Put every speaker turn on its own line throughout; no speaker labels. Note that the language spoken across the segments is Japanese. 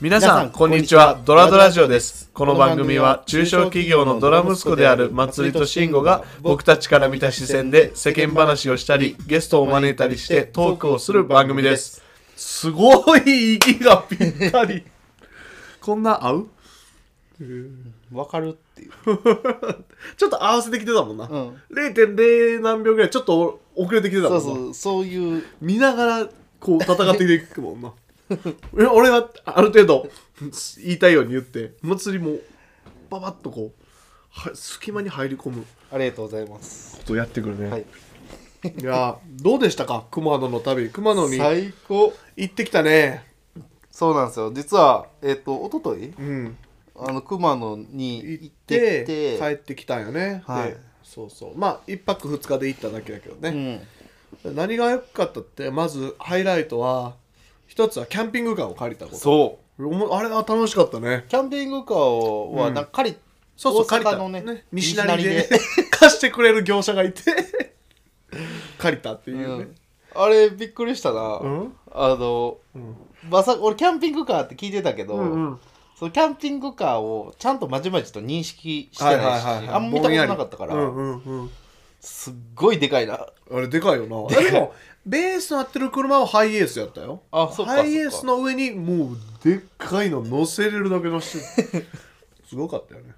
皆さん、こんにちは。ドラドラジオです。この番組は、中小企業のドラ息子である松井と慎吾が、僕たちから見た視線で世間話をしたり、ゲストを招いたりしてトークをする番組です。すごい息がぴったり。 こんな合う
わかるっていう
ちょっと合わせてきてたもんな。
うん
0.0何秒ぐらいちょっと遅れてきてた
そ
も
うん
な。
そうそういう
見ながらこう戦っていくもんな 俺俺はある程度言いたいように言って祭りもババッとこうは隙間に入り込む
ありがとうございます
ことをやってくるね、
はいい、
やーどうでしたか熊野の旅熊野に
最高
行ってきたね
そうなんですよ実はえっ、と一昨日
うん
あの熊野に
行
行
っ
って
て
きて
帰ってきたんよね、
はい
でそうそうまあ1泊2日で行っただけだけどね、
うん
何が良かったってまずハイライトは一つはキャンピングカーを借りたこと
そ
おもあれは楽しかったね
うキャンピングカーをは
うん
なんか借り、
そうそう、借
大
りた
阪のね
西成で
西成
貸してくれる業者がいて、 借りたっていうね。
あれびっくりしたな、
ん
あの、まさ俺キャンピングカーって聞いてたけど、
うん
そのキャンピングカーをちゃんとまじまじと認識してないし、あんま見たことなかったから、
うんうんうん。
すっごいでかいな
あれでかいよな。
でかい
でも、ベースの合ってる車はハイエースやったよ。
あそっか
ハイエースの上にもうでっかいの乗せれるだけの し、すごかったよね。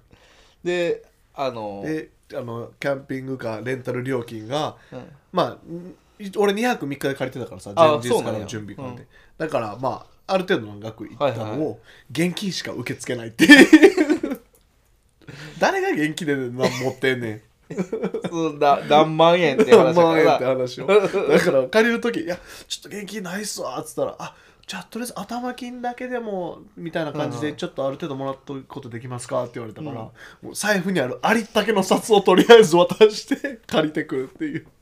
であの
で、あの、キャンピングカーレンタル料金が、
うん
まあん俺2泊3日で借りてたからさ
あ
前日か
そうな
ら
ん
の
や
準備まで、
う
だからまあある程度の額いった
はい
の
は
を現金しか受け付けないっていう 誰が現金で何持ってんねん
そんな何万円って話だ
何
か
万円
ら
って
な
話をだから借りる時「いやちょっと現金ないっすわ」っつったら「あじゃあとりあえず頭金だけでも」みたいな感じ
う
で「
ん
ちょっとある程度もらっとくことできますか?」って言われたから、もう財布にあるありったけの札をとりあえず渡して借りてくるっていう。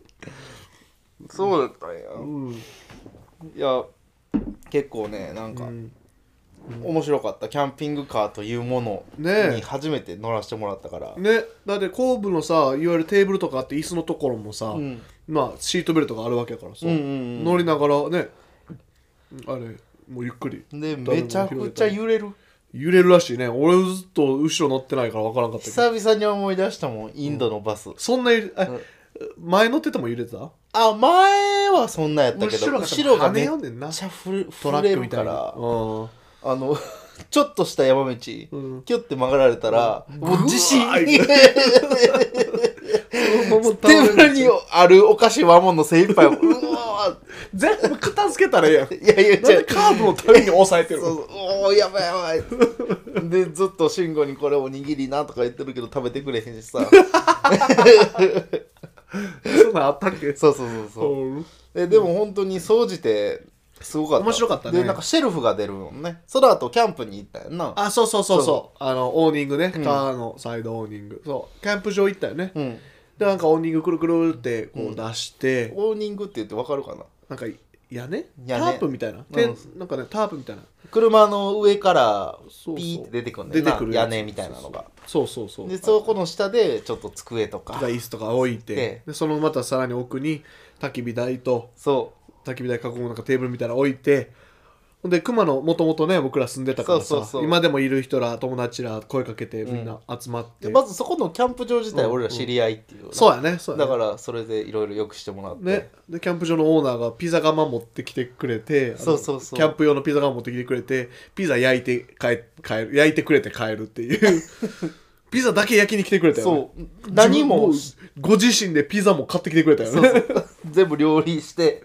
そうだったんや、
うん
いや結構ねなんか、
うん
面白かったキャンピングカーというもの
ねえ
に初めて乗らせてもらったから、
ねだって後部のさいわゆるテーブルとかあって椅子のところもさ、
うん
まあシートベルトがあるわけやからさ、
うんうんうん
乗りながらねあれもうゆっくり
でめちゃくちゃ揺れる
揺れるらしいね俺ずっと後ろ乗ってないから分からんかったけど
久々に思い出したもんインドのバス、
そんな揺れあ前乗ってても揺れてた
あ前はそんなやったけど
後
後
ろ
ろ
が
が
跳ね
めっ
よんねんな
ちゃふる
ト
触
ラ
れ
ック
る
みた
か
いな
ら
うん
あの ちょっとした山道、
うん
キュッて曲がられたら、もう自
う
信
わー
に
テ
テーブルにあるお菓子はもの精一杯をうわ
全部片付けたらええやん
ーいやいや
なんで
違う
カーブのために押さえてる
そ
の
うおーやばいやばいでずっと慎吾にこれおにぎりなとか言ってるけど食べてくれへんしさ
そんなんあったっけ
そうそうそうそう
うん
えでも本当に総じてすごかった
面白かったね
でなんかシェルフが出るのねその後キャンプに行ったよな
あそうそうそうそうあのオーニングね、
うん
カーのサイドオーニングそうキャンプ場行ったよね、
うん
でなんかオーニングくるくるってこう出して、
オーニングって言ってわかるかな
なんか屋根
屋根
タープみたいな、てなんかねタープみたいな
車の上から
そうそう
ピーって出てくるんだよ
出てくる
な
やつ
屋根みたいなのが
そうそうそう
でそこの下でちょっと机とか
が椅子とか置いて
で
でそのまたさらに奥に焚き火台と
そ
焚き火台囲むなんかテーブルみたいなの置いてほんで熊野もともとね僕ら住んでたからさ
そうそうそう
今でもいる人ら友達ら声かけてみんな集まっ
う
て、
でまずそこのキャンプ場自体
うん
俺ら知り合いっていう、
そうやねそうやね
だからそれでいろいろよくしてもらって、
ね、でキャンプ場のオーナーがピザ窯持ってきてくれてあの
そうそうそう
キャンプ用のピザ窯持ってきてくれてピザ焼いて帰帰る焼いてくれて帰るって いうピザだけ焼きに来てくれたよ、ね、
そう何も
自分もご自身でピザも買ってきてくれたよ
そ
ね
うそう全部料理して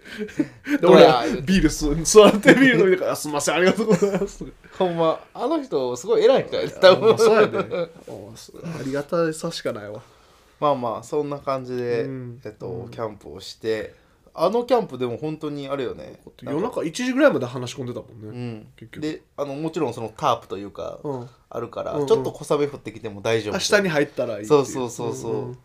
で
どう
俺ら
や
ビールす座ってビール飲みながら「すいませんありがとうございます」
ほんまあの人すごい偉い人やで
あ
多
まあ
分
そうや ねあそうありがたさしかないわ
まあまあそんな感じで、
うん
えっと、キャンプをしてあのキャンプでも本当にあれよね
夜中1時ぐらいまで話し込んでたもん
う
ね、
ん
結局
であのもちろんそのタープというか、
うん
あるから、
うんうん
ちょっと小雨降ってきても大丈夫
あ下に入ったらいいってい
そうそうそうそう、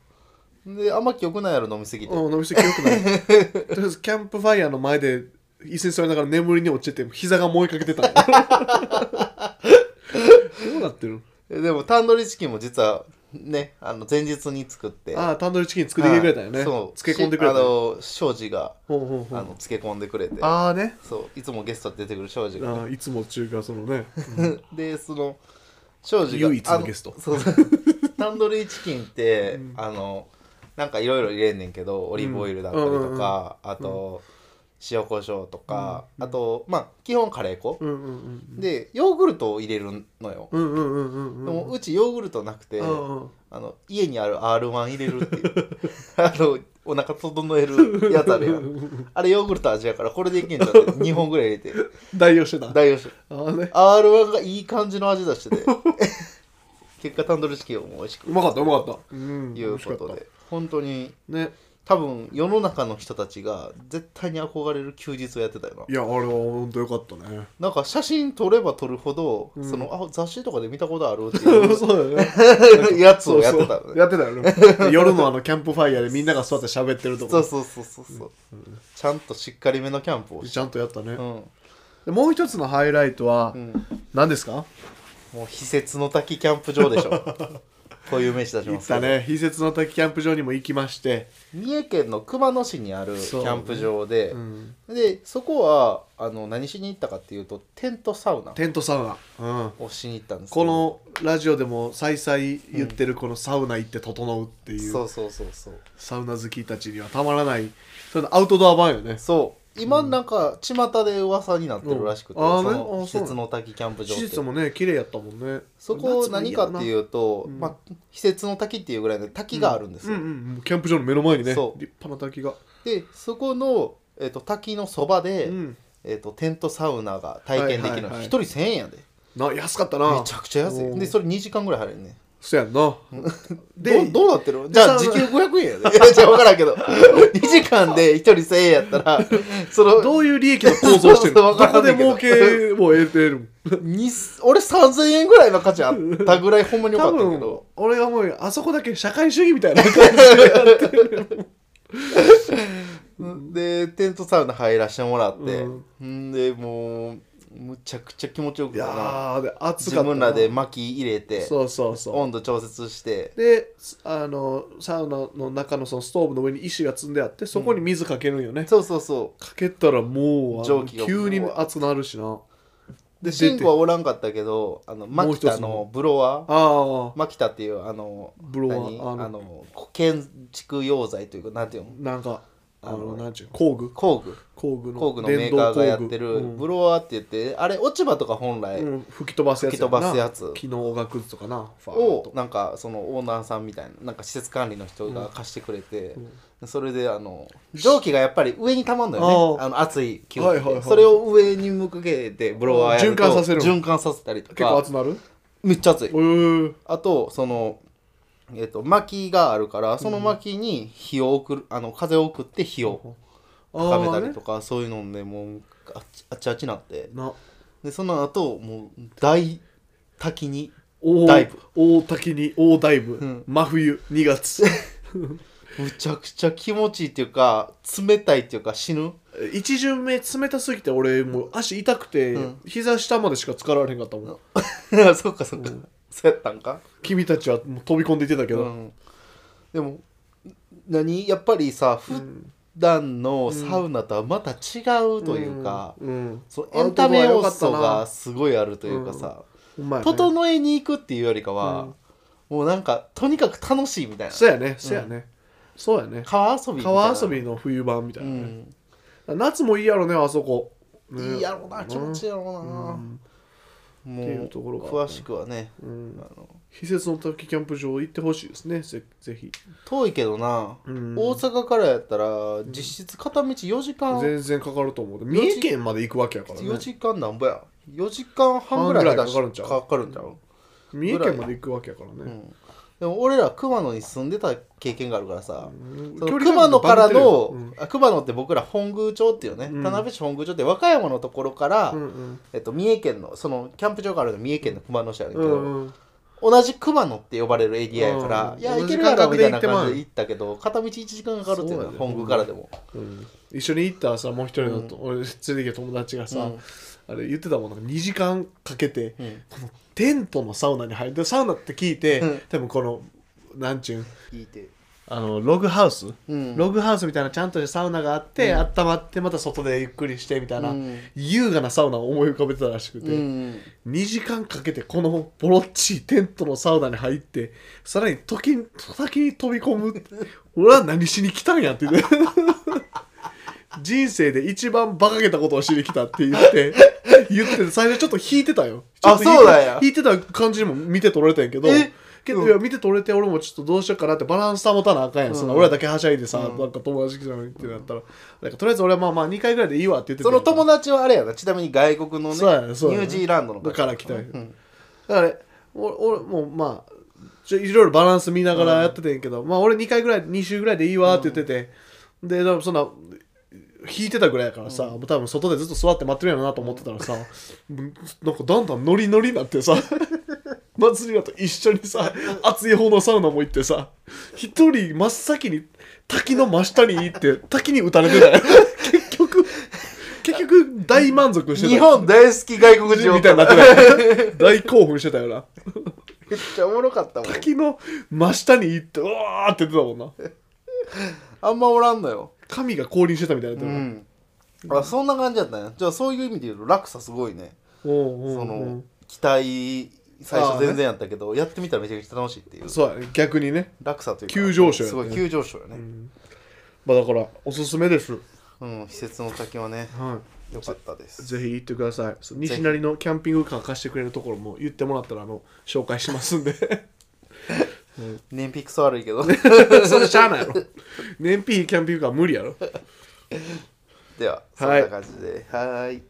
であんま記憶ないやろ飲みすぎて、
うん、飲みすぎよくない。とりあえず、キャンプファイヤーの前で、椅子に座りながら眠りに落ちてて、膝が燃えかけてた の。どうなってる
えでもタンドリーチキンも実はねあの前日に作って
ああタンドリーチキン作ってきてくれたよね、
はいそう
漬け込んでくれた
しあ
よ
の庄司が
ほうほう
あ
ほう
の漬け込んでくれて
ああね
そういつもゲストで出てくる庄司が
ああいつも中華そのね
でその庄司が
唯一のゲスト
あのそう タンドリーチキンって、あのなんかいろいろ入れんねんけどオリーブオイルだったり
うんうんうんう
と
ん
か、あと、塩コショウとか、あとまあ基本カレー粉、
うんうんうん
でヨーグルトを入れるのよ、
うんうんうんうんうん
でもうちヨーグルトなくて、
うんうん
あの家にある R1 入れるっていう あのお腹整えるやつあるやんあれヨーグルト味やからこれでいけんじゃんって2本ぐらい入れて
代用してたあ
代用して
あね
R1 がいい感じの味出して て結果タンドルチキンも美味しく
うまかったうまかったうん
いうこと
美味しかっ
で本当に
たね
多分世の中の人たちが絶対に憧れる休日をやってたよない
やあれは本当よかったね
なんか写真撮れば撮るほど、そのあ雑誌とかで見たことあるってい
そうだ よね
うやつをやってたのね
やってたよ ね夜のあのキャンプファイヤーでみんなが座って喋ってると
そう
こ
そうそうそうそう、ちゃんとしっかりめのキャンプをし
ちゃんとやったね
う、ん
でもう一つのハイライトは
うん、
何ですか
もう非設の滝キャンプ場で しょこういう名詞出し
行
ま
っ
す
たね非設の滝キャンプ場にも行きまして
三重県の熊野市にあるキ
そう
ャンプ場で、
ん
でそこはあの何しに行ったかっていうとテントサウナ
テントサウナうん
をしに行ったんですけ
こ
ど
のラジオでも再々言ってるこのサウナ行って整うっていう、
そうそうそうそう
サウナ好きたちにはたまらないそれアウトドア版よね
そう今なんか巷で噂になってるらしくて、
うんあーね
そ
あーそうな
の
の
施設の滝キャンプ場
施
って
設もね綺麗やったもんね
そこ何かっていううと、
ん
まあ、施設の滝っていうぐらいの滝があるんです
うん
よ、
うんもうキャンプ場の目の前にね立
そう
派な滝が
でそこの、えっと滝のそばで、
うん
えっとテントサウナが体験で
は
きるの
いはいはい
一人1000円やで
な安かったな
めちゃくちゃ安
お
い
ー
でそれ2時間ぐらい入れるね
そうやん な
で
で
どうなってるじゃあ
サ
時
ウナ
給500円やで いやじゃあ分からんけど2時 間で1人1000円やったらその
どういう利益の構造してる
わ
ど
から
こ
んね
で
んけど
儲けを得てる
に俺3000円ぐらいの価値あったぐらいほん まによか
多
ったけ
分
ど
俺がもうあそこだけ社会主義み たいな感じ
でテントサウナ入らしてもらって、、
うん
でもうむちゃくちゃ気持ちよく
い
て
や
な
ーで暑か
自
ったな
分らで薪入れて
そうそうそう
温度調節して
であのサウナの中のそのストーブの上に石が積んであってそこに水かけるんよね、
そうそうそ
かけたらもうあの
蒸気が
急に熱なるしな
う
で
でシン
出て
コはおらんかったけどあの
もう
牧
一つの
田のブロワー
ああ
牧田っていうあの
ブロワー
何
あの
あの建築用材というかなんていうの
なんかあ
あの
のなんちゅう工具
工具
工具の
工具のメ
電
ー
動
カーがやって
う
る
ん
ブロワーって言ってあれ落ち葉とか本来
うん吹き飛ばすやつやな
吹き飛ばすやつ
木のおがくずとかなファーッ
を
と
なんかそのオーナーさんみたいななんか施設管理の人が貸してくれて、それであの蒸気がやっぱり上に溜まるのよね
あ
あの熱い気
はい
温
はいはい
それを上に向けてブロワーやると
循環させるの
循環させたりと
結構
か
熱なる
めっちゃ熱い
おー
あとそのえっと薪があるからその薪に火を送るあの風を送って火を
あ
高めたり
ーね
とかそういうのでもうあっちあっちあっちなって
な
でその後もう大滝に
大
ダイブ
大滝に大ダイブ、
ん
真冬2月
むちゃくちゃ気持ちいいっていうか冷たいっていうか死ぬ
一巡目冷たすぎて俺もう足痛くて、
うん
膝下までしか浸かられへんかったもん
そっかそっか、そうやったんか
君たちはもう飛び込んでいってたけ
う
ど、
んでも何やっぱりさ普段のサウナとはまた違うというか、
うん、
そのエンタメ要素
アウトドア良か
がすごいあるというかさ、
ほんまやね
整えに行くっていうよりかは、もうなんかとにかく楽しいみたいな
そうやねそうやね、そうやね
川遊びみたいな
川遊びの冬版みたいうなね、
ん
夏もいいやろねあそこ、ね
いいやろうな気持ちいいやろうな、も
っていうところがあったね
詳しくはね、
ん
あの
非設の滝キャンプ場行ってほしいですねぜぜひ
遠いけどな、
うん
大阪からやったら実質片道4時間、
全然かかると思う三重県まで行くわけやからね
4時間なんぼや4時間半ぐら
半
い
ぐらい
出し
かかるんちゃう
かかるんちゃう、
三重県まで行くわけやから
う
ね、
ん、でも俺ら熊野に住んでた経験があるからさ、
うん
その
距離
熊
感
野
が
か
バ
ら
グってるよ
の、あ熊野って僕ら本宮町っていうね、
うん
田辺市本宮町って和歌山のところから、
うんうん
えっと、三重県のそのキャンプ場があるの三重県の熊野市あるけ
う
ど、
んうん
同じ熊野って呼ばれるエリアやから、
うん
いや
同
行
じ
けるや
感
ろ
覚
み
で行
たいな
ってまう
感じで行ったけど片道1時間かかるっていうのは
そうだよ
本宮からでも、
うん一緒に行ったさもう一人の、俺連れてきた友達がさ、
うん
あれ言ってたもんなんか2時間かけて、
ん
このテントのサウナに入るでサウナって聞いて、
うん
多分このなんちゅうん
聞いて
あのログハウス、
うん
ログハウスみたいなちゃんとしたサウナがあって、温まってまた外でゆっくりしてみたいな、
うん
優雅なサウナを思い浮かべてたらしくて、
うん
2時間かけてこのボロッチいテントのサウナに入ってさらに時に先に飛び込む俺は何しに来たんやって言って人生で一番馬鹿げたことをしに来たって言って言ってて最初ちょっと引いてたよ
あ
ちょっと引いて
そうなんや
引いてた感じにも見て取れたんやけど
え
けど、いや見て取れて俺もちょっとどうしようかなってバランス保たなあかんやん、そんな俺らだけはしゃいでさ、なんか友達来たのにってなったらなんかとりあえず俺はまあまあ2回ぐらいでいいわって言ってて
その友達はあれやなちなみに外国のねニ
そうやね
ュ
そうやね
ージーランドの方
だから来たい、
ん
だから俺俺もうまあちょいろいろバランス見ながらやっててんけど、まあ俺2回ぐらい2週ぐらいでいいわって言ってて、ででもそんな引いてたぐらいやからさ、もう多分外でずっと座って待ってるやろなと思ってたらさ、もうなんかだんだんノリノリになってさ 祭りだと一緒にさ熱い方のサウナも行ってさ一人真っ先に滝の真下に行って滝に打たれてたよ結局結局大満足してた
日本大好き外国人
みたいになってない大興奮してたよな
めっちゃおもろかったもん
滝の真下に行ってうわーって言ってたもんな
あんまおらんのよ
神が降臨してたみたいにな
う
ってる
んあそんな感じだったんやじゃあそういう意味で言うと落差すごいね
おうおうおう
その期待最初全然やったけどやってみたらめちゃくちゃ楽しいっていう
そうやね逆にね、
落差というか
急上昇やね
すごい急上昇やね
まあ、だからおすすめです、
うん、うん、施設の滝はね
は
良かったで
い、
す
ぜひ行ってくださいそう西成のキャンピングカー貸してくれるところも言ってもらったらあの紹介しますんで
燃費クソ悪いけ ど
それしゃあないやろ燃費いいキャンピングカー無理やろ
ではそん
はい
な感じではーい